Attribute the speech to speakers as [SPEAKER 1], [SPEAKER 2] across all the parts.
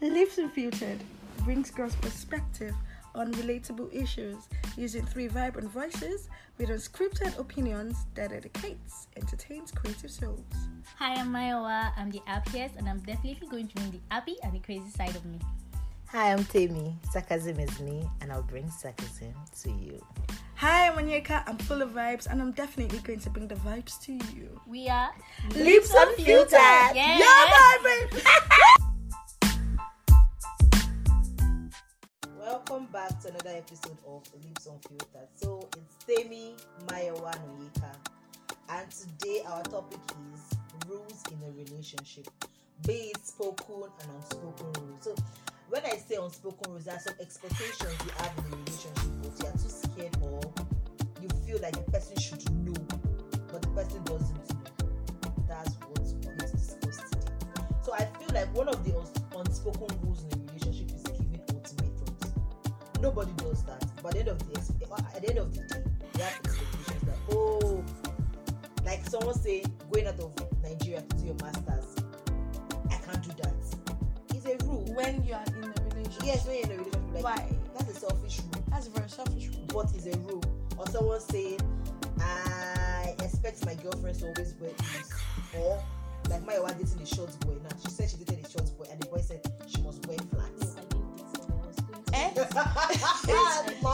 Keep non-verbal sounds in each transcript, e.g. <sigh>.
[SPEAKER 1] Lives Refuted brings girls' perspective on relatable issues using three vibrant voices with unscripted opinions that educates, entertains creative souls.
[SPEAKER 2] Hi, I'm Mayowa. I'm the happiest, and I'm definitely going to bring the happy and the crazy side of me.
[SPEAKER 3] Hi, I'm Tammy. Sarcasm is me, and I'll bring sarcasm to you.
[SPEAKER 1] Hi, I'm Onyeka. I'm full of vibes, and I'm definitely going to bring the vibes to you.
[SPEAKER 2] We are
[SPEAKER 1] Lips Unfiltered.
[SPEAKER 2] Yes.
[SPEAKER 1] Yeah, baby.
[SPEAKER 3] Welcome back to another episode of Lips Unfiltered. So it's Temi Mayawa Noyeka, and today our topic is rules in a relationship, be it spoken and unspoken rules. So when I say unspoken rules, there are some expectations you have in a relationship, but you are too scared or you feel like the person should know, but the person doesn't know. That's what we're going to discuss today. So I feel like one of the uns- unspoken rules in a relationship is giving ultimatums nobody does that but at the end of the ex- at the end of the day we have expectations that oh like someone say going out of nigeria to do your masters i can't do that it's a rule
[SPEAKER 1] When you are in a relationship,
[SPEAKER 3] yes when you're in a relationship like
[SPEAKER 1] why?
[SPEAKER 3] that's a selfish rule
[SPEAKER 1] That's a very selfish one.
[SPEAKER 3] but it's a rule or someone say i expect my girlfriend to always wear heels or like my wife dating a short boy now she said she dated a short boy and the boy said she must wear flats
[SPEAKER 1] Eh?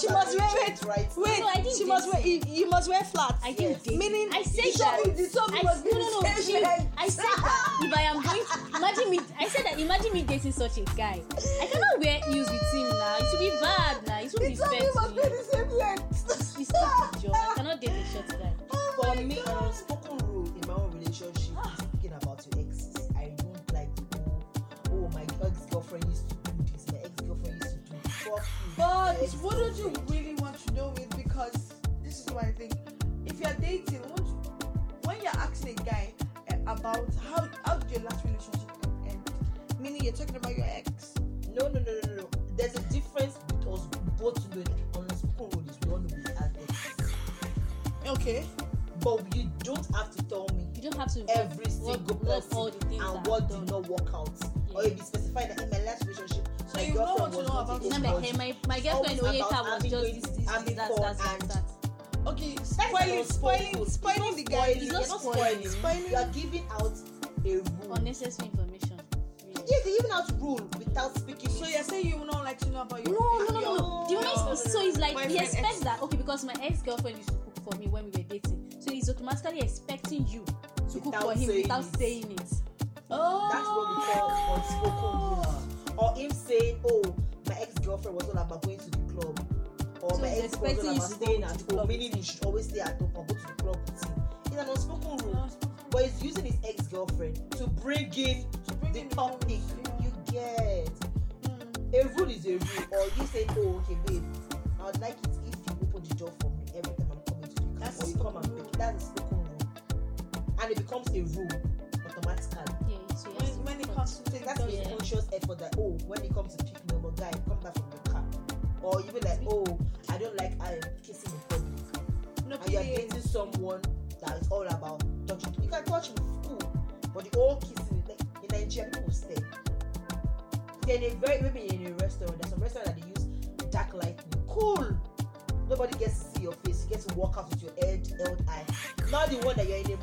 [SPEAKER 3] she
[SPEAKER 1] must wear it.
[SPEAKER 3] right
[SPEAKER 1] Wait,
[SPEAKER 2] No, I didn't
[SPEAKER 1] she must
[SPEAKER 2] date
[SPEAKER 1] wear. You, you must wear flats.
[SPEAKER 2] I didn't date.
[SPEAKER 1] Meaning,
[SPEAKER 2] I said
[SPEAKER 1] the
[SPEAKER 2] that.
[SPEAKER 1] song- the song
[SPEAKER 2] I,
[SPEAKER 1] must be
[SPEAKER 2] no, no, no.
[SPEAKER 1] the
[SPEAKER 2] you-
[SPEAKER 1] same length.
[SPEAKER 2] I said that if I am going, to, imagine me. I said that imagine me dating such a guy. I cannot wear heels with him now. It would be bad now. It would be
[SPEAKER 1] It's only
[SPEAKER 2] fair to
[SPEAKER 1] must be
[SPEAKER 2] me.
[SPEAKER 1] the same length.
[SPEAKER 2] It's stupid, Joe. I cannot date a short guy.
[SPEAKER 3] For me, an unspoken rule in my own relationship is thinking about your exes. I don't like the whole, oh, my ex girlfriend used to do this, my ex girlfriend used to do this. Fuck you.
[SPEAKER 1] But
[SPEAKER 3] Yes.
[SPEAKER 1] wouldn't you really want to know it? Because this is what I think. If you're dating, won't you, when you're asking a guy uh, about how how did your last relationship end, meaning you're talking about your ex.
[SPEAKER 3] No, no, no, no, no, no. There's a difference with us both knowing an unspoken rule is we all know we are exes.
[SPEAKER 1] Okay.
[SPEAKER 3] But you don't have to tell me
[SPEAKER 2] You don't have to
[SPEAKER 3] every
[SPEAKER 2] what-
[SPEAKER 3] single
[SPEAKER 2] what
[SPEAKER 3] person
[SPEAKER 2] all the things
[SPEAKER 3] and
[SPEAKER 2] that
[SPEAKER 3] what
[SPEAKER 2] I've
[SPEAKER 3] did
[SPEAKER 2] done.
[SPEAKER 3] not work out. Or
[SPEAKER 2] Yeah.
[SPEAKER 3] if you specify that in my last relationship,
[SPEAKER 1] So
[SPEAKER 3] my
[SPEAKER 1] you know
[SPEAKER 3] girlfriend
[SPEAKER 1] what you
[SPEAKER 3] was
[SPEAKER 1] know
[SPEAKER 3] not
[SPEAKER 1] about
[SPEAKER 3] a
[SPEAKER 2] And I'm like,
[SPEAKER 3] body.
[SPEAKER 2] hey, my, my girlfriend
[SPEAKER 3] Always
[SPEAKER 2] Oyeka
[SPEAKER 3] about
[SPEAKER 2] was
[SPEAKER 3] having
[SPEAKER 2] just
[SPEAKER 3] going-
[SPEAKER 2] this, this,
[SPEAKER 3] having
[SPEAKER 2] this, that,
[SPEAKER 3] fun
[SPEAKER 2] that, that,
[SPEAKER 3] and-
[SPEAKER 2] that.
[SPEAKER 1] Okay.
[SPEAKER 3] Spoiling,
[SPEAKER 1] Spoiling, spoiling, spoiling the guy.
[SPEAKER 2] It's
[SPEAKER 3] You're
[SPEAKER 2] not
[SPEAKER 3] not
[SPEAKER 2] spoiling.
[SPEAKER 3] spoiling. You are giving out a rule.
[SPEAKER 2] Unnecessary information. Really.
[SPEAKER 3] Yes, you're giving out rule without speaking.
[SPEAKER 1] So you're saying you would not like to know about
[SPEAKER 2] No,
[SPEAKER 1] your
[SPEAKER 2] no, no, no, no.
[SPEAKER 1] your-
[SPEAKER 2] The moment
[SPEAKER 1] your-
[SPEAKER 2] so it's like he
[SPEAKER 1] boyfriend, ex.
[SPEAKER 2] expects that okay because my ex girlfriend used to cook for me when we were dating, so he's automatically expecting you to cook
[SPEAKER 3] Without
[SPEAKER 2] for him
[SPEAKER 3] saying
[SPEAKER 2] without
[SPEAKER 3] it.
[SPEAKER 2] saying it.
[SPEAKER 1] Oh.
[SPEAKER 3] That's what we call unspoken rules. Or him saying, oh, my ex girlfriend was all about going to the club. Or
[SPEAKER 2] So
[SPEAKER 3] my
[SPEAKER 2] he's
[SPEAKER 3] ex was
[SPEAKER 2] expecting
[SPEAKER 3] all
[SPEAKER 2] you
[SPEAKER 3] about
[SPEAKER 2] to go
[SPEAKER 3] staying
[SPEAKER 2] to
[SPEAKER 3] at
[SPEAKER 2] the
[SPEAKER 3] home,
[SPEAKER 2] club
[SPEAKER 3] meaning
[SPEAKER 2] with
[SPEAKER 3] you should always stay at home or go to the club with him. It's an unspoken
[SPEAKER 2] Uh-huh.
[SPEAKER 3] rule. But he's using his ex girlfriend to bring in
[SPEAKER 1] To bring
[SPEAKER 3] the
[SPEAKER 1] in
[SPEAKER 3] topic.
[SPEAKER 1] rules,
[SPEAKER 3] You get.
[SPEAKER 1] yeah. Mm.
[SPEAKER 3] A rule is a rule. Or you say, oh, okay, babe, I would like it if you open the door for me every time I'm coming to the
[SPEAKER 1] That's
[SPEAKER 3] car. Or you come and
[SPEAKER 1] spoken
[SPEAKER 3] pick. That's a spoken rule. And it becomes a rule automatically.
[SPEAKER 2] Yeah, so he
[SPEAKER 1] When,
[SPEAKER 2] has to
[SPEAKER 1] when it
[SPEAKER 2] cook.
[SPEAKER 1] comes to
[SPEAKER 3] So
[SPEAKER 1] things,
[SPEAKER 3] that's
[SPEAKER 2] Yeah.
[SPEAKER 3] a conscious effort that, oh, when it comes to pick me up, a guy, come back from the car. Or you be like, oh, I don't like I am kissing in public.
[SPEAKER 1] no,
[SPEAKER 3] And you're dating someone that is all about touching. You can touch me, cool. But the whole kissing, like, in Nigeria, people stay. Then a very, maybe in a restaurant, there's some restaurant that they use dark lighting. Cool! Nobody gets to see your face. You get to walk out with your head held high. Not the one that you're in a uh,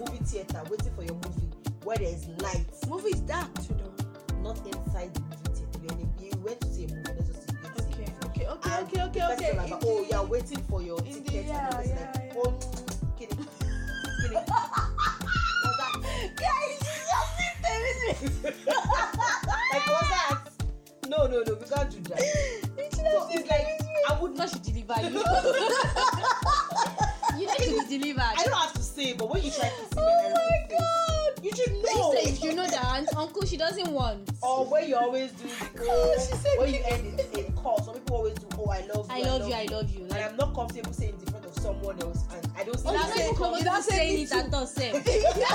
[SPEAKER 3] movie theater waiting for your movie where there is lights
[SPEAKER 1] movie is dark too, though.
[SPEAKER 3] not inside the movie theater. You're in a, you went to see a movie, let's just say you went to see a
[SPEAKER 1] Okay,
[SPEAKER 3] movie.
[SPEAKER 1] okay, okay,
[SPEAKER 3] And
[SPEAKER 1] okay,
[SPEAKER 3] the
[SPEAKER 1] okay,
[SPEAKER 3] person
[SPEAKER 1] okay.
[SPEAKER 3] Like,
[SPEAKER 1] In
[SPEAKER 3] oh,
[SPEAKER 1] the-
[SPEAKER 3] you're waiting for your
[SPEAKER 1] in the-
[SPEAKER 3] ticket. and
[SPEAKER 1] yeah,
[SPEAKER 3] the person
[SPEAKER 1] yeah,
[SPEAKER 3] like,
[SPEAKER 1] yeah.
[SPEAKER 3] oh, mm, kidding, kidding. What's that?
[SPEAKER 1] Guys, you just need to listen.
[SPEAKER 3] <laughs> Like, what's that? No, no, no, we can't do that.
[SPEAKER 1] You should
[SPEAKER 3] But
[SPEAKER 1] have
[SPEAKER 3] it's
[SPEAKER 1] seen
[SPEAKER 3] like, I would
[SPEAKER 2] God
[SPEAKER 3] not.
[SPEAKER 2] should deliver you.
[SPEAKER 1] <laughs>
[SPEAKER 2] you need to be delivered.
[SPEAKER 3] I don't have to say, but when you try to see oh my god, you should know.
[SPEAKER 2] If you know that aunt, uncle she doesn't want.
[SPEAKER 3] Or when you always do the
[SPEAKER 1] Oh,
[SPEAKER 3] oh,
[SPEAKER 1] she said
[SPEAKER 3] when you end a, a call, some people always do, oh, I love you.
[SPEAKER 2] I love you, I love you.
[SPEAKER 3] and
[SPEAKER 2] Like,
[SPEAKER 3] I'm not comfortable saying it in front of someone else, and I don't see
[SPEAKER 2] oh, you're
[SPEAKER 3] that
[SPEAKER 2] not
[SPEAKER 1] you
[SPEAKER 3] same
[SPEAKER 2] even comfortable
[SPEAKER 1] don't say
[SPEAKER 2] saying
[SPEAKER 1] me
[SPEAKER 2] it
[SPEAKER 1] too.
[SPEAKER 2] at
[SPEAKER 1] <laughs>
[SPEAKER 2] all, same.
[SPEAKER 1] You're not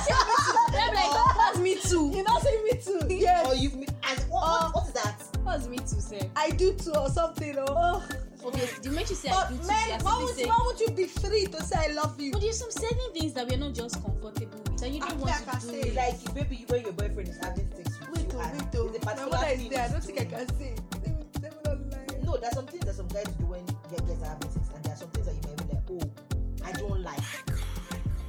[SPEAKER 1] saying me
[SPEAKER 2] I'm like, what's me
[SPEAKER 1] too.
[SPEAKER 2] too?
[SPEAKER 1] You're not saying me too. Yes. Um,
[SPEAKER 3] or you and what, what, what is that?
[SPEAKER 2] What's me too, same?
[SPEAKER 1] I do too or something. Or, oh.
[SPEAKER 2] Okay, the moment you say I
[SPEAKER 1] But
[SPEAKER 2] do too, you
[SPEAKER 1] men,
[SPEAKER 2] are
[SPEAKER 1] why
[SPEAKER 2] simply
[SPEAKER 1] would,
[SPEAKER 2] saying-
[SPEAKER 1] why would you be free to say I love you?
[SPEAKER 2] But there's some certain things that we're not just comfortable with, and you don't
[SPEAKER 1] After I
[SPEAKER 2] want
[SPEAKER 1] can
[SPEAKER 2] to do.
[SPEAKER 1] say,
[SPEAKER 2] it.
[SPEAKER 3] It's like maybe you, when your boyfriend is having sex with
[SPEAKER 1] Wait
[SPEAKER 3] you,
[SPEAKER 1] oh,
[SPEAKER 3] and
[SPEAKER 1] wait oh.
[SPEAKER 3] it's a
[SPEAKER 1] My mother
[SPEAKER 3] particular
[SPEAKER 1] is
[SPEAKER 3] thing
[SPEAKER 1] there. can say. They will, they will not lie.
[SPEAKER 3] No, there's some things that some guys do when you guys are having sex, and there are some things that you might be like, oh, I don't like,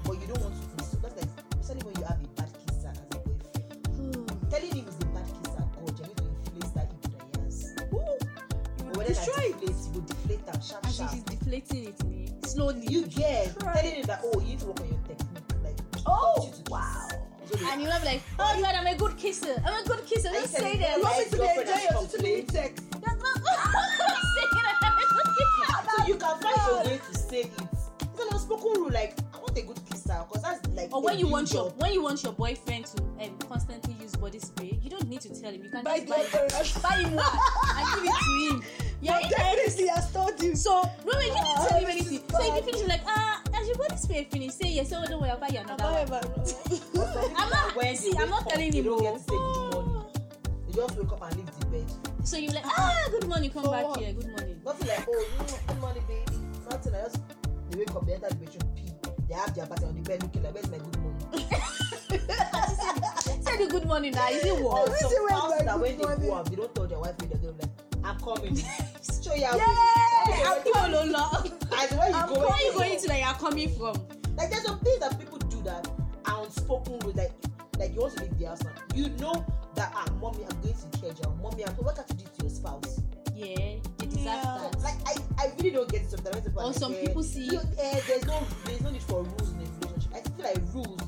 [SPEAKER 3] but you don't want to. do. So that's like, especially when you have a bad kisser as a boyfriend.
[SPEAKER 2] Hmm.
[SPEAKER 1] hmm,
[SPEAKER 3] Telling him he's a bad kisser, God, you're going to inflate that ego that he has.
[SPEAKER 1] Ooh, you
[SPEAKER 3] But
[SPEAKER 1] will
[SPEAKER 3] whether that
[SPEAKER 1] destroy it.
[SPEAKER 3] deflates, you will deflate them sharp,
[SPEAKER 2] And
[SPEAKER 3] sharp.
[SPEAKER 2] she's deflating it me slowly.
[SPEAKER 3] You get
[SPEAKER 1] Try
[SPEAKER 3] telling him
[SPEAKER 1] it.
[SPEAKER 3] that, oh, you need to work on your technique. Like, I
[SPEAKER 1] Oh
[SPEAKER 3] want you to kiss.
[SPEAKER 1] wow.
[SPEAKER 3] So they-
[SPEAKER 2] and you will be like, oh my god, I'm a good kisser. I'm a good kisser.
[SPEAKER 3] I
[SPEAKER 2] Don't
[SPEAKER 3] said
[SPEAKER 2] say
[SPEAKER 3] it.
[SPEAKER 2] that.
[SPEAKER 1] You want
[SPEAKER 2] Don't
[SPEAKER 1] me
[SPEAKER 3] Like
[SPEAKER 1] to be enjoying
[SPEAKER 3] girlfriend has
[SPEAKER 1] your tutelage
[SPEAKER 3] complained.
[SPEAKER 1] sex?
[SPEAKER 2] don't- don't say that. I'm a good kisser.
[SPEAKER 3] So you
[SPEAKER 2] Oh
[SPEAKER 3] can find
[SPEAKER 1] God.
[SPEAKER 3] your way to say it. It's an unspoken rule. Like, I want a good kisser because that's like.
[SPEAKER 2] Or
[SPEAKER 3] a
[SPEAKER 2] when you
[SPEAKER 3] build
[SPEAKER 2] want your
[SPEAKER 3] up.
[SPEAKER 2] when you want your boyfriend to um, constantly use body spray, you don't need to tell him. You can
[SPEAKER 1] By
[SPEAKER 2] just buy
[SPEAKER 1] the
[SPEAKER 2] it. buy him one and give it to him. Yeah,
[SPEAKER 1] But definitely I told
[SPEAKER 2] <laughs>
[SPEAKER 1] you.
[SPEAKER 2] So no, wait, you
[SPEAKER 1] Ah,
[SPEAKER 2] didn't tell him
[SPEAKER 1] this is
[SPEAKER 2] anything. So if
[SPEAKER 1] bad.
[SPEAKER 2] you finish, you're like ah, as your body spray finish, say yes. Oh, don't worry, I'll buy you another one.
[SPEAKER 1] However,
[SPEAKER 2] I'm not-
[SPEAKER 3] When
[SPEAKER 2] Ah, see,
[SPEAKER 3] they
[SPEAKER 2] I'm
[SPEAKER 3] wake
[SPEAKER 2] not
[SPEAKER 3] up,
[SPEAKER 2] telling
[SPEAKER 3] they
[SPEAKER 2] him oh.
[SPEAKER 3] don't
[SPEAKER 2] no.
[SPEAKER 3] get to say good morning. They just wake up and leave the bed.
[SPEAKER 2] So you're like ah, good morning, come
[SPEAKER 1] For
[SPEAKER 2] back
[SPEAKER 1] what?
[SPEAKER 2] here, good morning.
[SPEAKER 3] Nothing like, oh, mm, good morning, baby. Nothing. I just they wake up, they enter the bedroom, pee. They have their party on the bed, looking like, where's my good morning?
[SPEAKER 2] Say the good morning now. Is it
[SPEAKER 3] Or
[SPEAKER 2] what?
[SPEAKER 1] Oh, this
[SPEAKER 3] some
[SPEAKER 1] is where's my
[SPEAKER 3] spouse that
[SPEAKER 1] good
[SPEAKER 3] when they
[SPEAKER 1] morning?
[SPEAKER 3] go out, they don't tell their wife, they don't like, I'm
[SPEAKER 2] <laughs>
[SPEAKER 3] coming. Show you
[SPEAKER 1] Yay!
[SPEAKER 3] I'm
[SPEAKER 1] I'm
[SPEAKER 3] coming.
[SPEAKER 2] no, no.
[SPEAKER 3] As where you
[SPEAKER 1] I'm
[SPEAKER 3] going?
[SPEAKER 2] Where are you going to that you're coming from?
[SPEAKER 3] Like there's some things that people do that are unspoken with like like you want to leave the house now. You know that ah mommy I'm going to church or mommy I'm what can't you do to your spouse?
[SPEAKER 2] Yeah, they deserve
[SPEAKER 1] Yeah.
[SPEAKER 2] that.
[SPEAKER 3] Like I, I really don't get it sometimes. People are
[SPEAKER 2] Or
[SPEAKER 3] like,
[SPEAKER 2] some
[SPEAKER 3] eh,
[SPEAKER 2] people see-
[SPEAKER 3] you, eh, there's no there's no need for rules in a relationship. I feel like rules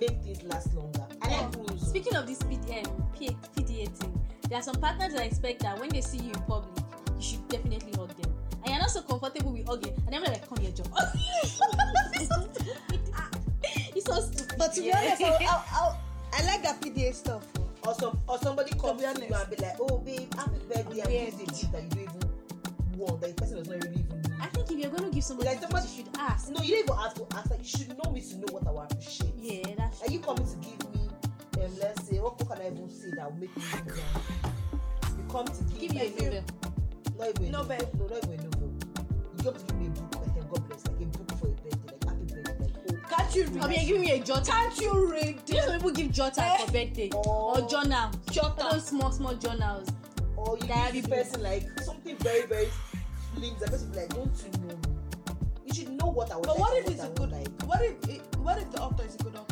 [SPEAKER 3] make things last longer. I
[SPEAKER 2] Yeah.
[SPEAKER 3] like rules.
[SPEAKER 2] Speaking of this PDM, P- PDA thing, there are some partners that expect that when they see you in public, you should definitely hug them. And you're not so comfortable with hugging, and then they're like, come here, John. it's so stupid. <laughs> It's so stupid.
[SPEAKER 1] <laughs> but to be
[SPEAKER 2] Yeah.
[SPEAKER 1] honest, I'll, I'll, I'll, I like that PDA stuff.
[SPEAKER 3] or some or somebody comes
[SPEAKER 1] be
[SPEAKER 3] to you
[SPEAKER 1] honest.
[SPEAKER 3] and be like, oh babe, happy birthday, and
[SPEAKER 1] Weird.
[SPEAKER 3] gives you a gift that you don't even want, that the person does not really even need.
[SPEAKER 2] I think if you're going to give somebody,
[SPEAKER 3] Like
[SPEAKER 2] gifts,
[SPEAKER 3] somebody-
[SPEAKER 2] you should ask.
[SPEAKER 3] No, you don't even ask for ask. Like, you should know me to know what I will appreciate.
[SPEAKER 2] Yeah, that's
[SPEAKER 3] Are you coming to give me, um, let's say, what can I even say that will make me feel down? You come to give,
[SPEAKER 2] Give
[SPEAKER 3] me,
[SPEAKER 2] you a novel.
[SPEAKER 3] not even a
[SPEAKER 1] Novel.
[SPEAKER 3] No, not even a novel. You come to give me a book, like, um, God bless, like a book for a birthday, like happy birthday, like oh.
[SPEAKER 1] Can't you
[SPEAKER 2] Or
[SPEAKER 1] read?
[SPEAKER 2] you're giving me a jotter.
[SPEAKER 1] Can't you read?
[SPEAKER 2] You know some people give jotter
[SPEAKER 1] Eh.
[SPEAKER 2] for birthday.
[SPEAKER 3] Oh.
[SPEAKER 2] Or journal.
[SPEAKER 1] Jotter.
[SPEAKER 2] Those small, small journals.
[SPEAKER 3] oh, or you
[SPEAKER 2] That
[SPEAKER 3] give the
[SPEAKER 2] book.
[SPEAKER 3] person like something very, very slim. The person be like, don't you know me? You should know what I would
[SPEAKER 1] But
[SPEAKER 3] like.
[SPEAKER 1] what
[SPEAKER 3] and
[SPEAKER 1] if it's
[SPEAKER 3] I
[SPEAKER 1] a
[SPEAKER 3] won't
[SPEAKER 1] good?
[SPEAKER 3] like?
[SPEAKER 1] What if it, what if the author is a good author?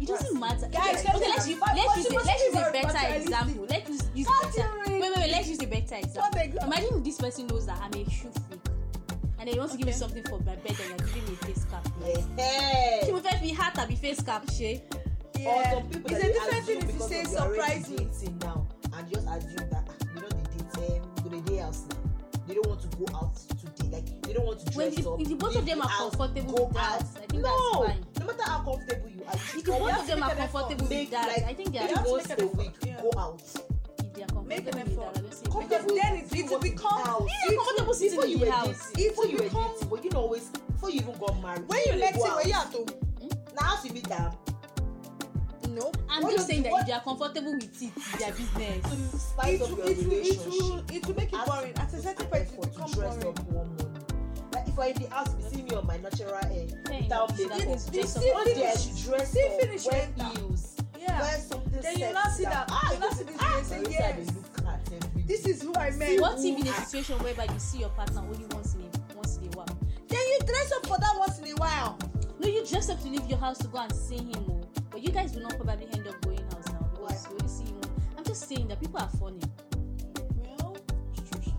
[SPEAKER 2] It doesn't matter.
[SPEAKER 1] Guys,
[SPEAKER 2] okay,
[SPEAKER 1] let's
[SPEAKER 2] okay, let's,
[SPEAKER 1] be
[SPEAKER 2] use,
[SPEAKER 1] very-
[SPEAKER 2] let's, use, a-
[SPEAKER 1] must
[SPEAKER 2] let's
[SPEAKER 1] be
[SPEAKER 2] use a
[SPEAKER 1] very
[SPEAKER 2] better
[SPEAKER 1] materialistic.
[SPEAKER 2] example. Let's use, use
[SPEAKER 1] Can't
[SPEAKER 2] better.
[SPEAKER 1] you
[SPEAKER 2] Wait,
[SPEAKER 1] read?
[SPEAKER 2] wait, wait. Let's use a better
[SPEAKER 1] What
[SPEAKER 2] example.
[SPEAKER 1] example?
[SPEAKER 2] Imagine this person knows that I'm a shoe freak, and they want to give me
[SPEAKER 1] Okay.
[SPEAKER 2] something for my bed, and you're giving me a face cap.
[SPEAKER 3] Like, hey.
[SPEAKER 2] She will fetch me hat, I be face cap, she.
[SPEAKER 3] Or some people
[SPEAKER 1] It's
[SPEAKER 3] that
[SPEAKER 1] a
[SPEAKER 3] they
[SPEAKER 1] different
[SPEAKER 3] assume
[SPEAKER 1] thing if you
[SPEAKER 3] because
[SPEAKER 1] say
[SPEAKER 3] of you're already
[SPEAKER 1] surprise me.
[SPEAKER 3] dating now and just assume that ah, you know they date um, go to the day house now. They don't want to go out today. Like they don't want to
[SPEAKER 2] Well,
[SPEAKER 3] dress
[SPEAKER 2] if-
[SPEAKER 3] up.
[SPEAKER 2] if the both of
[SPEAKER 3] leave
[SPEAKER 2] them
[SPEAKER 3] the
[SPEAKER 2] are
[SPEAKER 3] house,
[SPEAKER 2] comfortable
[SPEAKER 3] go
[SPEAKER 2] with that,
[SPEAKER 3] out.
[SPEAKER 2] I think
[SPEAKER 3] no,
[SPEAKER 2] that's fine.
[SPEAKER 3] no matter how comfortable you are, you
[SPEAKER 2] If the
[SPEAKER 3] should
[SPEAKER 2] both
[SPEAKER 3] have
[SPEAKER 2] of
[SPEAKER 3] to
[SPEAKER 2] them
[SPEAKER 3] make
[SPEAKER 2] are
[SPEAKER 3] an effort.
[SPEAKER 2] comfortable with
[SPEAKER 3] Make,
[SPEAKER 2] that,
[SPEAKER 3] like,
[SPEAKER 2] I think they
[SPEAKER 1] you
[SPEAKER 2] are
[SPEAKER 1] have to
[SPEAKER 3] once
[SPEAKER 1] make
[SPEAKER 3] a
[SPEAKER 1] an
[SPEAKER 3] week,
[SPEAKER 1] effort, yeah.
[SPEAKER 3] go out.
[SPEAKER 2] if they are
[SPEAKER 1] Make
[SPEAKER 2] comfortable
[SPEAKER 1] an
[SPEAKER 2] with that.
[SPEAKER 1] effort.
[SPEAKER 2] I don't see a
[SPEAKER 1] Because
[SPEAKER 2] problem.
[SPEAKER 1] then it, it will become.
[SPEAKER 3] out.
[SPEAKER 2] If you're comfortable sitting
[SPEAKER 3] Before
[SPEAKER 2] in
[SPEAKER 3] you were
[SPEAKER 2] the house,
[SPEAKER 3] dating, before
[SPEAKER 1] It
[SPEAKER 3] you were
[SPEAKER 1] become-
[SPEAKER 3] dating, but you know always before you even got married.
[SPEAKER 1] When you
[SPEAKER 3] they
[SPEAKER 1] met him,
[SPEAKER 3] go out.
[SPEAKER 1] were you at home?
[SPEAKER 3] now how you meet them.
[SPEAKER 1] No.
[SPEAKER 2] I'm
[SPEAKER 3] What
[SPEAKER 2] just
[SPEAKER 3] if-
[SPEAKER 2] saying that
[SPEAKER 3] what-
[SPEAKER 2] if they are comfortable with it, it's their business.
[SPEAKER 3] To
[SPEAKER 1] It
[SPEAKER 3] spice up
[SPEAKER 1] will,
[SPEAKER 3] your
[SPEAKER 1] it, will, it,
[SPEAKER 3] relationship.
[SPEAKER 1] will, it will make it boring. At a certain point, it will become boring.
[SPEAKER 3] Like if I in the house, you see me on my natural hair
[SPEAKER 2] Then
[SPEAKER 3] without
[SPEAKER 2] you should
[SPEAKER 3] makeup.
[SPEAKER 2] have
[SPEAKER 1] This is-
[SPEAKER 2] dressed up.
[SPEAKER 1] this
[SPEAKER 3] One day I
[SPEAKER 1] finish.
[SPEAKER 3] should dress
[SPEAKER 1] See
[SPEAKER 3] up,
[SPEAKER 1] finish
[SPEAKER 3] wear
[SPEAKER 1] later.
[SPEAKER 3] heels,
[SPEAKER 1] Yeah.
[SPEAKER 3] wear something
[SPEAKER 1] Then you
[SPEAKER 3] sexy
[SPEAKER 1] now see that-
[SPEAKER 3] Ah,
[SPEAKER 1] you now see this
[SPEAKER 3] ah,
[SPEAKER 1] dress and
[SPEAKER 3] Marisa, they
[SPEAKER 1] yes.
[SPEAKER 3] look at everything.
[SPEAKER 1] This is who I met.
[SPEAKER 2] What if in
[SPEAKER 3] ah.
[SPEAKER 2] a situation whereby you see your partner only once in a once in a while?
[SPEAKER 1] Then you dress up for that once in a while.
[SPEAKER 2] No, you dress up to leave your house to go and see him more. But you guys will not probably end up going house now because
[SPEAKER 3] Why?
[SPEAKER 2] you only see him. more. I'm just saying that people are funny.
[SPEAKER 1] Well, it's true.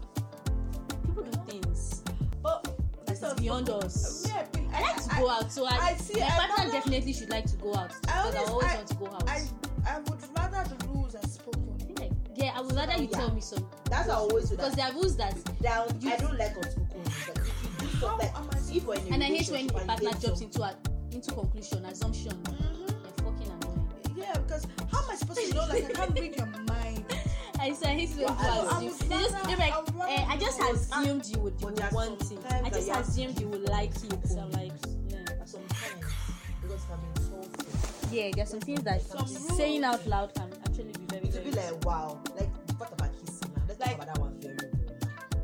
[SPEAKER 2] People do things.
[SPEAKER 1] but
[SPEAKER 2] That
[SPEAKER 1] this
[SPEAKER 2] is beyond us.
[SPEAKER 1] Yeah, I,
[SPEAKER 2] I like to go out, so I,
[SPEAKER 1] I see
[SPEAKER 2] my partner
[SPEAKER 1] another-
[SPEAKER 2] definitely should like to go out because I
[SPEAKER 1] always-
[SPEAKER 2] always
[SPEAKER 1] I-
[SPEAKER 2] want to go out.
[SPEAKER 1] I, I would rather the rules are spoken.
[SPEAKER 2] Yeah, yeah, I would rather you
[SPEAKER 3] Yeah.
[SPEAKER 2] tell me some
[SPEAKER 3] That's how I always do
[SPEAKER 2] because
[SPEAKER 3] that.
[SPEAKER 2] there are rules that
[SPEAKER 3] Down,
[SPEAKER 2] you-
[SPEAKER 3] I don't like unspoken. rules. Like if you do
[SPEAKER 1] How
[SPEAKER 3] something,
[SPEAKER 1] am I
[SPEAKER 3] if we're in a
[SPEAKER 2] and I hate when
[SPEAKER 3] relationship
[SPEAKER 2] a
[SPEAKER 3] and
[SPEAKER 2] partner
[SPEAKER 3] date
[SPEAKER 2] jumps
[SPEAKER 3] some-
[SPEAKER 2] into a, into conclusion, assumption.
[SPEAKER 1] Mhm.
[SPEAKER 2] They're fucking annoying.
[SPEAKER 1] Yeah, because how am I supposed to know? Like I can't read your mind.
[SPEAKER 2] I said, hate when
[SPEAKER 3] Well,
[SPEAKER 2] people
[SPEAKER 3] I-
[SPEAKER 1] I
[SPEAKER 2] assume.
[SPEAKER 1] would
[SPEAKER 2] They just
[SPEAKER 1] rather-
[SPEAKER 2] they're like,
[SPEAKER 1] I would rather
[SPEAKER 2] eh, I just
[SPEAKER 1] know.
[SPEAKER 2] assumed you would, you
[SPEAKER 3] But
[SPEAKER 2] would
[SPEAKER 3] there are some
[SPEAKER 2] want it.
[SPEAKER 3] times
[SPEAKER 2] I
[SPEAKER 3] that
[SPEAKER 2] just
[SPEAKER 3] you have to
[SPEAKER 2] assumed you
[SPEAKER 3] give
[SPEAKER 2] would like it. So I'm
[SPEAKER 3] consent.
[SPEAKER 2] like, yeah.
[SPEAKER 3] But Sometimes because I've been told.
[SPEAKER 2] Yeah, there's some things that
[SPEAKER 3] Some
[SPEAKER 2] saying out loud can actually be very,
[SPEAKER 3] It will be
[SPEAKER 2] very
[SPEAKER 3] like wow, like the part about kissing now. Let's
[SPEAKER 1] Like-
[SPEAKER 3] talk about that one very well.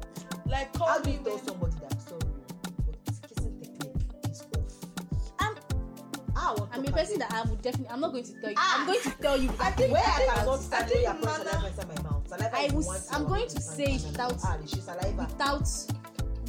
[SPEAKER 1] Like
[SPEAKER 3] How
[SPEAKER 1] call
[SPEAKER 3] do
[SPEAKER 1] me
[SPEAKER 3] you tell
[SPEAKER 1] when
[SPEAKER 3] somebody that I'm sorry, but this kissing technique is off?
[SPEAKER 2] I'm-
[SPEAKER 3] I want to
[SPEAKER 2] I'm a person that I would definitely. I'm not going to tell you.
[SPEAKER 3] Ah!
[SPEAKER 2] I'm going to tell you.
[SPEAKER 1] I think
[SPEAKER 3] where
[SPEAKER 1] I
[SPEAKER 3] I
[SPEAKER 1] think-
[SPEAKER 3] cannot
[SPEAKER 1] I
[SPEAKER 3] stand
[SPEAKER 1] think
[SPEAKER 3] where your person
[SPEAKER 1] manner-
[SPEAKER 3] inside my mouth. Saliva
[SPEAKER 2] I
[SPEAKER 3] is
[SPEAKER 2] will-
[SPEAKER 3] one
[SPEAKER 2] I'm
[SPEAKER 3] thing
[SPEAKER 2] going
[SPEAKER 3] about
[SPEAKER 2] to
[SPEAKER 3] it.
[SPEAKER 2] say it without-
[SPEAKER 3] Ah, it's just saliva.
[SPEAKER 2] without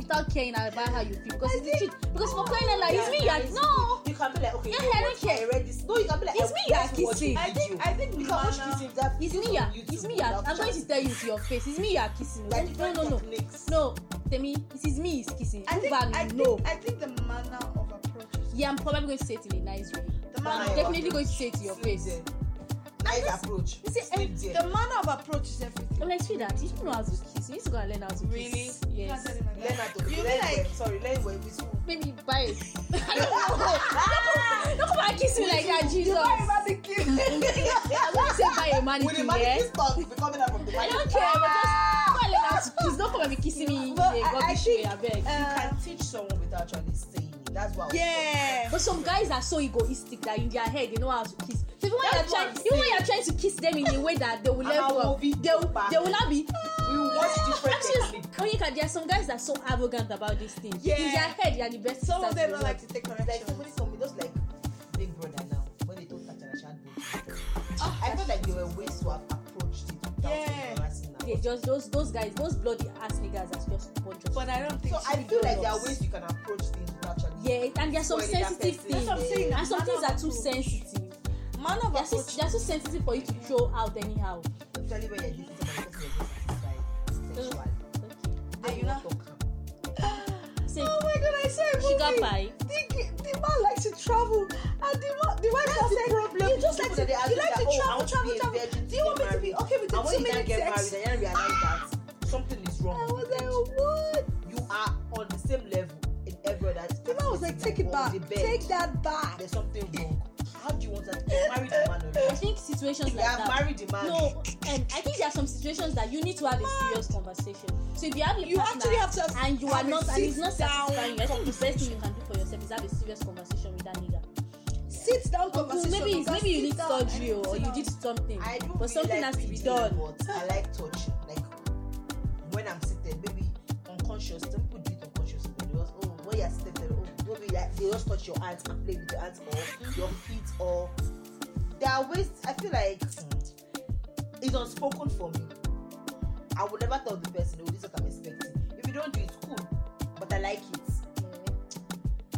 [SPEAKER 2] without caring about how you feel because it's the truth. Because for crying out loud, it's me you are no.
[SPEAKER 3] You can be like, okay,
[SPEAKER 2] Yeah,
[SPEAKER 3] you know
[SPEAKER 2] I don't
[SPEAKER 3] what?
[SPEAKER 2] care.
[SPEAKER 3] I read this. No, you can be like,
[SPEAKER 2] It's
[SPEAKER 3] I
[SPEAKER 2] me you are
[SPEAKER 3] just watch
[SPEAKER 2] kissing.
[SPEAKER 3] a
[SPEAKER 1] I think
[SPEAKER 3] video.
[SPEAKER 1] I think
[SPEAKER 3] you can watch
[SPEAKER 1] manner-
[SPEAKER 3] kissing that
[SPEAKER 2] It's me
[SPEAKER 3] on
[SPEAKER 2] you are.
[SPEAKER 3] YouTube
[SPEAKER 2] It's me you are.
[SPEAKER 3] without
[SPEAKER 2] I'm going
[SPEAKER 3] chat.
[SPEAKER 2] to tell you to your face. It's me you are kissing.
[SPEAKER 3] Like
[SPEAKER 2] No,
[SPEAKER 3] different
[SPEAKER 2] no, no,
[SPEAKER 3] techniques.
[SPEAKER 2] no. Temi, it is me is kissing.
[SPEAKER 1] I
[SPEAKER 2] Move
[SPEAKER 1] think,
[SPEAKER 2] on,
[SPEAKER 1] I,
[SPEAKER 2] no.
[SPEAKER 1] think, I think the manner of approach is
[SPEAKER 2] Yeah, I'm probably going to say it in a nice way.
[SPEAKER 1] the
[SPEAKER 2] But
[SPEAKER 1] manner
[SPEAKER 2] I'm
[SPEAKER 1] of
[SPEAKER 2] definitely
[SPEAKER 1] approach-
[SPEAKER 2] going to say it to your
[SPEAKER 3] Sleep
[SPEAKER 2] face.
[SPEAKER 3] there. Nice
[SPEAKER 2] just-
[SPEAKER 3] approach.
[SPEAKER 2] you see, eh,
[SPEAKER 3] Sleep there.
[SPEAKER 1] the manner of approach is everything.
[SPEAKER 2] I'm like, sweetheart, you don't know how to kiss. You need to go and learn how to kiss.
[SPEAKER 1] Really? You can't
[SPEAKER 2] Yes.
[SPEAKER 1] tell him like
[SPEAKER 3] Learn
[SPEAKER 1] that.
[SPEAKER 3] how to
[SPEAKER 1] You mean
[SPEAKER 3] learn where-
[SPEAKER 1] like
[SPEAKER 3] sorry, learn where with who.
[SPEAKER 2] Maybe buy it. <laughs> I don't know. Don't come and kiss me like that, Jesus.
[SPEAKER 1] Why you even thinking?
[SPEAKER 2] I won't say buy a
[SPEAKER 3] With the
[SPEAKER 2] mannequin,
[SPEAKER 3] mannequin
[SPEAKER 2] yes.
[SPEAKER 3] stock, be coming out from the
[SPEAKER 2] I
[SPEAKER 3] mannequin.
[SPEAKER 2] don't care, but just go and learn how to kiss. Don't come and be kissing me in
[SPEAKER 1] Well, I-
[SPEAKER 2] a
[SPEAKER 1] I
[SPEAKER 2] rubbish way,
[SPEAKER 1] think, uh,
[SPEAKER 2] abeg.
[SPEAKER 3] You can teach someone without actually saying it. That's why. I was
[SPEAKER 1] Yeah.
[SPEAKER 2] But some guys are so egoistic that in their head they know how to kiss. So even when
[SPEAKER 3] That's
[SPEAKER 2] you're
[SPEAKER 3] what
[SPEAKER 2] trying,
[SPEAKER 3] I'm
[SPEAKER 2] even when you're trying to kiss them in a way that they will
[SPEAKER 3] And I
[SPEAKER 2] level
[SPEAKER 3] will
[SPEAKER 2] up,
[SPEAKER 3] be
[SPEAKER 2] they will,
[SPEAKER 3] back.
[SPEAKER 2] they will not be.
[SPEAKER 3] talking. We watch different
[SPEAKER 2] I'm serious.
[SPEAKER 3] techniques.
[SPEAKER 2] Onika, there are some guys that are so arrogant about this thing.
[SPEAKER 1] Yeah.
[SPEAKER 2] In their head, they are the best.
[SPEAKER 1] Some of
[SPEAKER 2] sisters
[SPEAKER 1] them
[SPEAKER 2] in the
[SPEAKER 1] don't
[SPEAKER 2] world.
[SPEAKER 1] like to take
[SPEAKER 3] Like
[SPEAKER 1] corrections.
[SPEAKER 3] somebody told me, just like Big Brother now, when they told Tatiana she had
[SPEAKER 2] Oh
[SPEAKER 3] boobs. I felt like there were ways to have approached it without
[SPEAKER 1] Yeah.
[SPEAKER 3] embarrassing her.
[SPEAKER 2] They just those those guys, those bloody ass niggas are just a bunch of.
[SPEAKER 1] But I don't think
[SPEAKER 3] So
[SPEAKER 1] she
[SPEAKER 3] I
[SPEAKER 1] would
[SPEAKER 3] feel
[SPEAKER 1] do
[SPEAKER 3] like there are
[SPEAKER 1] those.
[SPEAKER 3] ways you can approach things without actually.
[SPEAKER 2] yeah, and there are some
[SPEAKER 3] spoiling that
[SPEAKER 2] sensitive
[SPEAKER 3] person.
[SPEAKER 2] things,
[SPEAKER 1] That's what I'm saying.
[SPEAKER 2] and some things
[SPEAKER 1] Manner
[SPEAKER 2] are
[SPEAKER 1] of
[SPEAKER 2] too
[SPEAKER 1] approach.
[SPEAKER 2] sensitive.
[SPEAKER 1] Manner of
[SPEAKER 2] They are so,
[SPEAKER 1] approach.
[SPEAKER 2] they are so sensitive for you to throw out anyhow.
[SPEAKER 3] Especially when you're dating someone because you're satisfied sexually.
[SPEAKER 2] Okay.
[SPEAKER 1] And
[SPEAKER 3] Then
[SPEAKER 1] you
[SPEAKER 3] you
[SPEAKER 1] know-
[SPEAKER 3] want to come.
[SPEAKER 2] Say,
[SPEAKER 1] Oh my god, I saw a movie.
[SPEAKER 2] she got by.
[SPEAKER 1] The, the man likes to travel, and the wa- the wife
[SPEAKER 3] That's
[SPEAKER 1] just
[SPEAKER 3] the
[SPEAKER 1] said,
[SPEAKER 3] problem
[SPEAKER 1] "You just
[SPEAKER 3] with
[SPEAKER 1] like
[SPEAKER 3] people
[SPEAKER 1] to,
[SPEAKER 3] that they
[SPEAKER 1] you like to
[SPEAKER 3] assume that, oh, I
[SPEAKER 1] travel,
[SPEAKER 3] want to
[SPEAKER 1] travel,
[SPEAKER 3] be
[SPEAKER 1] travel.
[SPEAKER 3] a virgin
[SPEAKER 1] Do you want me to be
[SPEAKER 3] married.
[SPEAKER 1] okay with
[SPEAKER 3] And when
[SPEAKER 1] too
[SPEAKER 3] you then
[SPEAKER 1] many
[SPEAKER 3] get
[SPEAKER 1] sex?"
[SPEAKER 3] married and then realize that something is
[SPEAKER 1] I
[SPEAKER 3] wrong.
[SPEAKER 1] was
[SPEAKER 3] with
[SPEAKER 1] like, oh.
[SPEAKER 3] it.
[SPEAKER 1] "What?"
[SPEAKER 3] you are on the same level in every other.
[SPEAKER 1] The man was like,
[SPEAKER 3] aspect
[SPEAKER 1] "Take it
[SPEAKER 3] on
[SPEAKER 1] back,
[SPEAKER 3] the bed.
[SPEAKER 1] take that back."
[SPEAKER 3] There's something wrong. How do you want that? You're married a
[SPEAKER 1] <laughs>
[SPEAKER 3] man
[SPEAKER 2] I
[SPEAKER 3] already.
[SPEAKER 2] think situations
[SPEAKER 3] You
[SPEAKER 2] like
[SPEAKER 3] have
[SPEAKER 2] that.
[SPEAKER 3] married a man.
[SPEAKER 2] No, um, I think there are some situations that you need to have a serious conversation. So if you have a
[SPEAKER 1] You
[SPEAKER 2] partner
[SPEAKER 1] actually have to have-
[SPEAKER 2] and you are
[SPEAKER 1] have a
[SPEAKER 2] not and it's not
[SPEAKER 1] sit-down
[SPEAKER 2] satisfying, you, I think the best thing you can do for yourself is have a serious conversation with that nigga.
[SPEAKER 1] Sit down
[SPEAKER 2] Uncle,
[SPEAKER 1] conversation.
[SPEAKER 2] maybe
[SPEAKER 1] because
[SPEAKER 2] maybe you
[SPEAKER 1] sit
[SPEAKER 2] need
[SPEAKER 1] down, I
[SPEAKER 2] surgery
[SPEAKER 1] need to
[SPEAKER 2] or
[SPEAKER 1] sit
[SPEAKER 2] you
[SPEAKER 1] down.
[SPEAKER 2] did something,
[SPEAKER 3] I don't
[SPEAKER 2] but
[SPEAKER 3] really
[SPEAKER 2] something
[SPEAKER 3] like
[SPEAKER 2] has to be
[SPEAKER 3] reading,
[SPEAKER 2] done.
[SPEAKER 3] But I like touching. Like when I'm seated, maybe unconscious. Some people do it unconsciously. They just oh when you're seated, oh maybe like they just touch your hands and play with your hands or your feet or there are ways. I feel like it's unspoken for me. I would never tell the person, oh this is what I'm expecting. If you don't do it, cool. But I like it.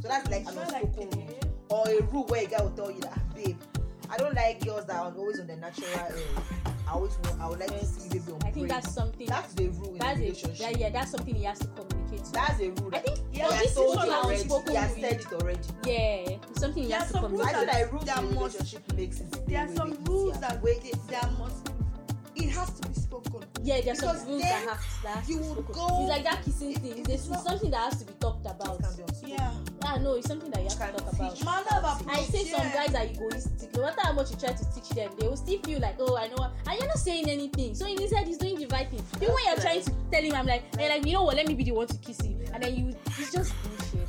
[SPEAKER 3] So that's like
[SPEAKER 1] It's
[SPEAKER 3] an
[SPEAKER 1] not
[SPEAKER 3] unspoken
[SPEAKER 1] like
[SPEAKER 3] rule.
[SPEAKER 1] eh,
[SPEAKER 3] Or a rule where a guy will tell you that, "Ah, babe, I don't like girls that are always on the natural. Uh, I always want, I would like to see you baby on
[SPEAKER 2] I think
[SPEAKER 3] parade."
[SPEAKER 2] that's something.
[SPEAKER 3] that's the rule in
[SPEAKER 2] that's
[SPEAKER 3] a
[SPEAKER 2] a,
[SPEAKER 3] relationship.
[SPEAKER 2] that, yeah, that's something he has to communicate. To.
[SPEAKER 3] that's a rule.
[SPEAKER 2] I think
[SPEAKER 1] Yeah,
[SPEAKER 2] for
[SPEAKER 1] yeah,
[SPEAKER 2] this
[SPEAKER 1] so
[SPEAKER 2] situation,
[SPEAKER 1] it's
[SPEAKER 2] I
[SPEAKER 1] not
[SPEAKER 2] was
[SPEAKER 1] unspoken
[SPEAKER 2] spoken
[SPEAKER 3] He has
[SPEAKER 1] rule.
[SPEAKER 3] said it already.
[SPEAKER 2] Yeah, something he
[SPEAKER 1] There
[SPEAKER 2] has
[SPEAKER 1] are
[SPEAKER 2] to
[SPEAKER 1] some
[SPEAKER 2] communicate.
[SPEAKER 1] rules
[SPEAKER 3] I feel
[SPEAKER 1] that-
[SPEAKER 3] like rules
[SPEAKER 1] there are
[SPEAKER 3] in a
[SPEAKER 1] must-
[SPEAKER 3] relationship makes it.
[SPEAKER 1] There are
[SPEAKER 3] way, way
[SPEAKER 1] some rules
[SPEAKER 3] easier.
[SPEAKER 1] that
[SPEAKER 3] Way
[SPEAKER 1] wait. There must. It has to be spoken.
[SPEAKER 2] Yeah, there's some
[SPEAKER 1] Because
[SPEAKER 2] rules
[SPEAKER 1] then
[SPEAKER 2] that have that have
[SPEAKER 1] you
[SPEAKER 2] to be
[SPEAKER 1] would
[SPEAKER 2] spoken.
[SPEAKER 1] go-
[SPEAKER 2] It's like that kissing
[SPEAKER 1] It-
[SPEAKER 2] thing.
[SPEAKER 1] it's
[SPEAKER 2] It's, it's
[SPEAKER 1] not-
[SPEAKER 2] something that has to be talked about.
[SPEAKER 3] It can be unspoken.
[SPEAKER 1] Yeah.
[SPEAKER 2] Ah no, it's something that you have
[SPEAKER 3] Can
[SPEAKER 2] to talk
[SPEAKER 3] teach.
[SPEAKER 2] about.
[SPEAKER 1] Manner of approach.
[SPEAKER 2] I say
[SPEAKER 1] yeah.
[SPEAKER 2] some guys are egoistic. No matter how much you try to teach them, they will still feel like, oh, I know, what- and you're not saying anything. So in his head, he's doing the right thing. Even when you're
[SPEAKER 3] Right.
[SPEAKER 2] trying to tell him, I'm like, and you're like, you know what? Let me be the one to kiss you, and then you, it's just bullshit. Really.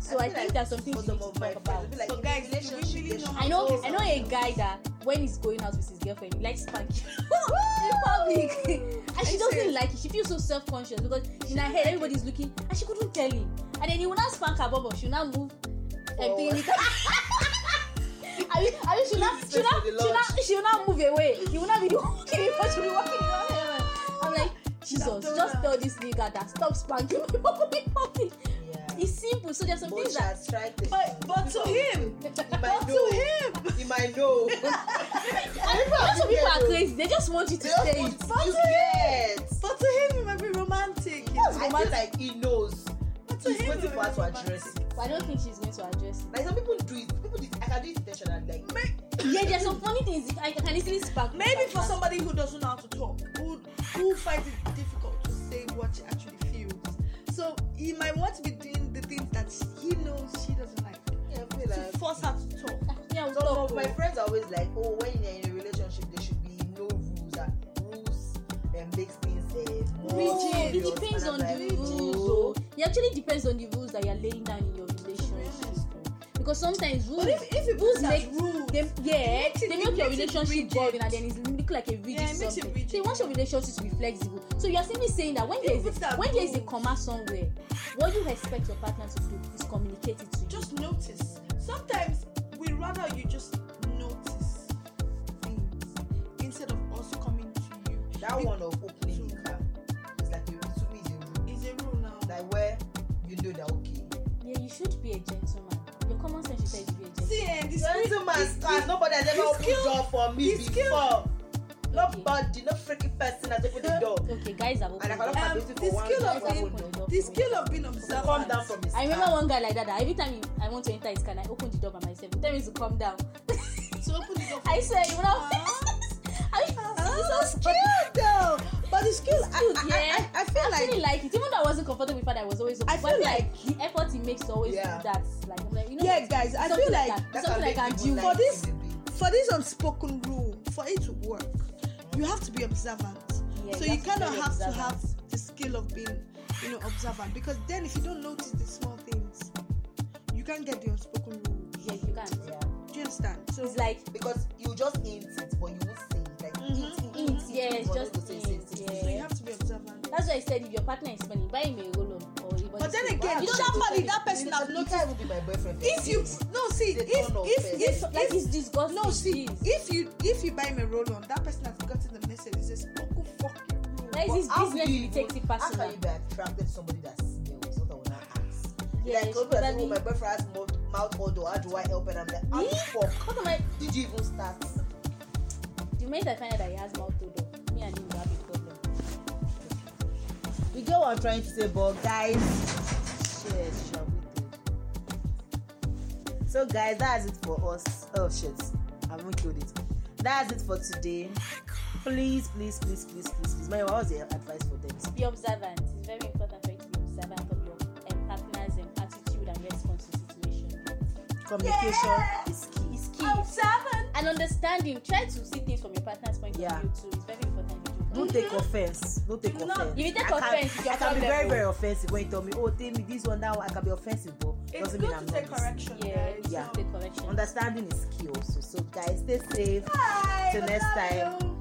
[SPEAKER 2] So I,
[SPEAKER 3] feel
[SPEAKER 2] think
[SPEAKER 3] like
[SPEAKER 2] that's something
[SPEAKER 3] for
[SPEAKER 2] you
[SPEAKER 3] some
[SPEAKER 2] need to
[SPEAKER 3] of my
[SPEAKER 2] talk about.
[SPEAKER 3] friends, like
[SPEAKER 1] So
[SPEAKER 3] in a
[SPEAKER 1] guys, do we
[SPEAKER 3] relationship,
[SPEAKER 1] really
[SPEAKER 3] there
[SPEAKER 1] know
[SPEAKER 3] should
[SPEAKER 1] how
[SPEAKER 2] I
[SPEAKER 3] be
[SPEAKER 2] know,
[SPEAKER 3] rules
[SPEAKER 2] I know a
[SPEAKER 3] around
[SPEAKER 2] guy
[SPEAKER 3] it.
[SPEAKER 2] that when he's going out with his girlfriend, he likes spanking <laughs> in public, and she
[SPEAKER 1] you
[SPEAKER 2] doesn't
[SPEAKER 1] serious?
[SPEAKER 2] like it. She feels so self-conscious because in her head everybody's looking, and she couldn't tell him. And then he would not spank her bubble. She would not move. Like,
[SPEAKER 3] Forward. <laughs>
[SPEAKER 2] <laughs> thinking, I mean, I mean, she would not, she would not, she would not, she would not move away. He would not be <laughs> the one walking, in front, she would be walking around. him. I'm like. Jesus,
[SPEAKER 1] That's so
[SPEAKER 2] just
[SPEAKER 1] nice.
[SPEAKER 2] tell this nigga that stop spanking people in public.
[SPEAKER 3] Yeah.
[SPEAKER 2] It's simple. So there's some
[SPEAKER 3] But
[SPEAKER 2] things
[SPEAKER 3] she
[SPEAKER 2] that
[SPEAKER 3] has tried this.
[SPEAKER 1] But but to
[SPEAKER 3] Because
[SPEAKER 1] him.
[SPEAKER 3] He might
[SPEAKER 1] But
[SPEAKER 3] know.
[SPEAKER 1] to him.
[SPEAKER 3] He
[SPEAKER 1] <laughs>
[SPEAKER 3] might know.
[SPEAKER 2] And people, lots of people are
[SPEAKER 3] Yeah.
[SPEAKER 2] crazy. They just want you to
[SPEAKER 3] They don't
[SPEAKER 2] say
[SPEAKER 3] want
[SPEAKER 2] it.
[SPEAKER 1] But
[SPEAKER 3] you
[SPEAKER 1] to
[SPEAKER 3] get.
[SPEAKER 1] But to him, it might be romantic.
[SPEAKER 3] I feel like he knows.
[SPEAKER 1] But to
[SPEAKER 3] He's
[SPEAKER 1] him,
[SPEAKER 3] waiting
[SPEAKER 1] it
[SPEAKER 3] for her
[SPEAKER 1] might
[SPEAKER 3] to
[SPEAKER 1] be
[SPEAKER 3] address
[SPEAKER 1] romantic.
[SPEAKER 3] it.
[SPEAKER 2] But I don't think she's going to address it.
[SPEAKER 3] Like some people do it. People do it. I can do it intentionally. Like
[SPEAKER 1] May-
[SPEAKER 2] Yeah, there's some funny things. I can easily spark.
[SPEAKER 1] Maybe for somebody who doesn't know how to talk, who who finds it difficult to say what she actually feels, so he might want to be doing the things that he knows she doesn't like
[SPEAKER 3] yeah, I feel
[SPEAKER 1] to force her to talk.
[SPEAKER 2] Yeah, we'll
[SPEAKER 3] Some
[SPEAKER 2] talk.
[SPEAKER 3] of my friends are always like, oh, when you're in a relationship, there should be no rules. And rules and makes things uh,
[SPEAKER 2] No,
[SPEAKER 3] more
[SPEAKER 2] it
[SPEAKER 3] serious.
[SPEAKER 2] depends
[SPEAKER 3] And
[SPEAKER 2] on
[SPEAKER 3] I'm
[SPEAKER 2] the
[SPEAKER 3] like,
[SPEAKER 2] rules.
[SPEAKER 3] oh.
[SPEAKER 2] though. It actually depends on the rules that you're laying down in your relationship. Because sometimes rules,
[SPEAKER 1] But if if it
[SPEAKER 2] rules
[SPEAKER 1] puts
[SPEAKER 2] make
[SPEAKER 1] make rules,
[SPEAKER 2] them, yeah,
[SPEAKER 1] makes
[SPEAKER 2] they
[SPEAKER 1] it- it
[SPEAKER 2] make your
[SPEAKER 1] makes it
[SPEAKER 2] relationship
[SPEAKER 1] rigid.
[SPEAKER 2] boring and then it's look like a rigid
[SPEAKER 1] Yeah, it makes it
[SPEAKER 2] something.
[SPEAKER 1] rigid.
[SPEAKER 2] So you want your relationship to be flexible. So you are simply saying that when
[SPEAKER 1] It
[SPEAKER 2] there is
[SPEAKER 1] puts
[SPEAKER 2] a,
[SPEAKER 1] that
[SPEAKER 2] when there is a
[SPEAKER 1] rules.
[SPEAKER 2] comma somewhere, what you expect your partner to do is communicate it to you.
[SPEAKER 1] just notice. Sometimes we rather you just notice things instead of us coming to you.
[SPEAKER 3] That
[SPEAKER 1] Be-
[SPEAKER 3] one of opening
[SPEAKER 1] True.
[SPEAKER 3] the car is like a rule to me is a rule.
[SPEAKER 1] It's a rule now.
[SPEAKER 3] Like where you know that okay.
[SPEAKER 2] Yeah, you should be a gentleman. Your common sense should tell you to be a gentleman.
[SPEAKER 1] See, eh, the spirit-
[SPEAKER 3] Gentleman's
[SPEAKER 1] the-
[SPEAKER 3] car, nobody has ever
[SPEAKER 1] the
[SPEAKER 3] opened
[SPEAKER 1] skill-
[SPEAKER 3] door for me
[SPEAKER 1] the skill-
[SPEAKER 3] before.
[SPEAKER 2] Okay.
[SPEAKER 3] Nobody, no freaking person has opened the door.
[SPEAKER 2] Okay, guys have opened
[SPEAKER 3] And I cannot
[SPEAKER 1] Um,
[SPEAKER 2] the door.
[SPEAKER 3] waiting
[SPEAKER 1] the
[SPEAKER 3] for one
[SPEAKER 1] skill
[SPEAKER 3] guy
[SPEAKER 1] of
[SPEAKER 3] to open
[SPEAKER 2] it-
[SPEAKER 3] door.
[SPEAKER 1] The skill of being observant.
[SPEAKER 3] come down from his
[SPEAKER 2] I remember
[SPEAKER 3] car.
[SPEAKER 2] one guy like that, that every time he, I want to enter his car, I open the door by myself. He tell me to come down.
[SPEAKER 1] So open the door.
[SPEAKER 2] I swear, you will not.
[SPEAKER 1] Ah.
[SPEAKER 2] <laughs> I mean, <laughs>
[SPEAKER 1] Ah,
[SPEAKER 2] it's so
[SPEAKER 1] skill
[SPEAKER 2] scary.
[SPEAKER 1] though. But the skill, I, I,
[SPEAKER 2] yeah.
[SPEAKER 1] I, I feel
[SPEAKER 2] I
[SPEAKER 1] like
[SPEAKER 2] really like it. Even though I wasn't comfortable before, I was always.
[SPEAKER 1] I
[SPEAKER 2] but
[SPEAKER 1] feel
[SPEAKER 2] the effort he makes to always
[SPEAKER 3] Yeah.
[SPEAKER 2] do that. Like, I'm like, you know,
[SPEAKER 1] yeah,
[SPEAKER 2] what?
[SPEAKER 1] guys. I
[SPEAKER 2] Something
[SPEAKER 1] feel like
[SPEAKER 2] that.
[SPEAKER 3] That
[SPEAKER 2] Something
[SPEAKER 3] can
[SPEAKER 2] I can
[SPEAKER 3] make
[SPEAKER 2] do.
[SPEAKER 3] people
[SPEAKER 1] For
[SPEAKER 3] like
[SPEAKER 1] this-
[SPEAKER 3] him a bit.
[SPEAKER 1] for this unspoken rule, for it to work, you have to be observant.
[SPEAKER 2] Yeah,
[SPEAKER 1] so you
[SPEAKER 2] have to
[SPEAKER 1] kind of
[SPEAKER 2] really
[SPEAKER 1] have
[SPEAKER 2] observe
[SPEAKER 1] to
[SPEAKER 2] that.
[SPEAKER 1] have the skill of being, you know, observant. Because then, if you don't notice the small things, you can't get the unspoken rule.
[SPEAKER 2] Yeah, you can't.
[SPEAKER 3] Yeah.
[SPEAKER 1] Do you understand? So
[SPEAKER 2] It's like
[SPEAKER 3] Because you just hint it, but you won't say it. Like,
[SPEAKER 1] Mhm,
[SPEAKER 3] hint, hint,
[SPEAKER 2] mhm.
[SPEAKER 3] hint,
[SPEAKER 2] Yeah, it's
[SPEAKER 3] but
[SPEAKER 2] just
[SPEAKER 3] don't say
[SPEAKER 2] hint,
[SPEAKER 3] it,
[SPEAKER 2] yeah.
[SPEAKER 1] so you have to be observant.
[SPEAKER 2] that's why I said if your partner is funny, buy him a roll on or even.
[SPEAKER 1] But then
[SPEAKER 2] stick.
[SPEAKER 1] again,
[SPEAKER 2] you don't have to
[SPEAKER 1] somebody
[SPEAKER 2] tell
[SPEAKER 1] that
[SPEAKER 2] him.
[SPEAKER 1] person has
[SPEAKER 3] You
[SPEAKER 1] noticed.
[SPEAKER 3] can't even be my boyfriend.
[SPEAKER 1] If you no see,
[SPEAKER 3] They
[SPEAKER 1] if
[SPEAKER 3] don't know
[SPEAKER 1] if
[SPEAKER 3] first.
[SPEAKER 1] if
[SPEAKER 2] Like,
[SPEAKER 1] if
[SPEAKER 2] it's disgusting.
[SPEAKER 1] No, see,
[SPEAKER 2] Jeez.
[SPEAKER 1] if you if you buy him a roll on, that person has gotten the message. It's a spoken fucking rule.
[SPEAKER 2] That is his
[SPEAKER 3] How
[SPEAKER 2] business
[SPEAKER 3] do you
[SPEAKER 2] if he takes it
[SPEAKER 3] even- How
[SPEAKER 2] personal.
[SPEAKER 3] can you be attracted to somebody that smells? What I wanna ask.
[SPEAKER 2] Yeah,
[SPEAKER 3] like,
[SPEAKER 2] it's
[SPEAKER 3] people that say,
[SPEAKER 2] probably-
[SPEAKER 3] oh, my boyfriend has mouth, mouth odor, how do I help? And I'm like, how the
[SPEAKER 2] Me?
[SPEAKER 3] fuck
[SPEAKER 2] What am I?
[SPEAKER 3] did you even start?
[SPEAKER 2] The minute I find out that he has mouth odor, me and him will have a problem.
[SPEAKER 3] We get what I'm trying to say, but guys, shit, shall we do? So, guys, that's it for us. Oh shit, I haven't killed it. That's it for today. Please, please, please, please, please, please. Mary, what was your advice for them?
[SPEAKER 2] Be observant. It's very important for you to be observant of your um, partner's um, attitude and response to situation.
[SPEAKER 3] Communication is key.
[SPEAKER 2] It's key. And understanding. Try to see things from your partner's point
[SPEAKER 3] Yeah.
[SPEAKER 2] of view too. It's very important. you do
[SPEAKER 3] Don't
[SPEAKER 2] that.
[SPEAKER 3] take offense. Don't take
[SPEAKER 1] Uhum. No,
[SPEAKER 3] offense.
[SPEAKER 2] if you take
[SPEAKER 3] I can-
[SPEAKER 2] offense, it's your
[SPEAKER 3] I can be
[SPEAKER 2] problem,
[SPEAKER 3] very,
[SPEAKER 2] oh.
[SPEAKER 3] very offensive when you tell me, oh, tell me this one, that one. I can be offensive, but
[SPEAKER 1] It's
[SPEAKER 3] doesn't mean
[SPEAKER 1] good
[SPEAKER 3] I'm
[SPEAKER 1] to take
[SPEAKER 3] not. listening.
[SPEAKER 1] correction.
[SPEAKER 2] Yeah,
[SPEAKER 1] guys.
[SPEAKER 2] yeah.
[SPEAKER 1] So-
[SPEAKER 2] Take correction.
[SPEAKER 3] Understanding is key also. So, guys, stay safe.
[SPEAKER 1] Bye.
[SPEAKER 3] Till
[SPEAKER 1] We
[SPEAKER 3] next
[SPEAKER 1] love
[SPEAKER 3] time.
[SPEAKER 1] you.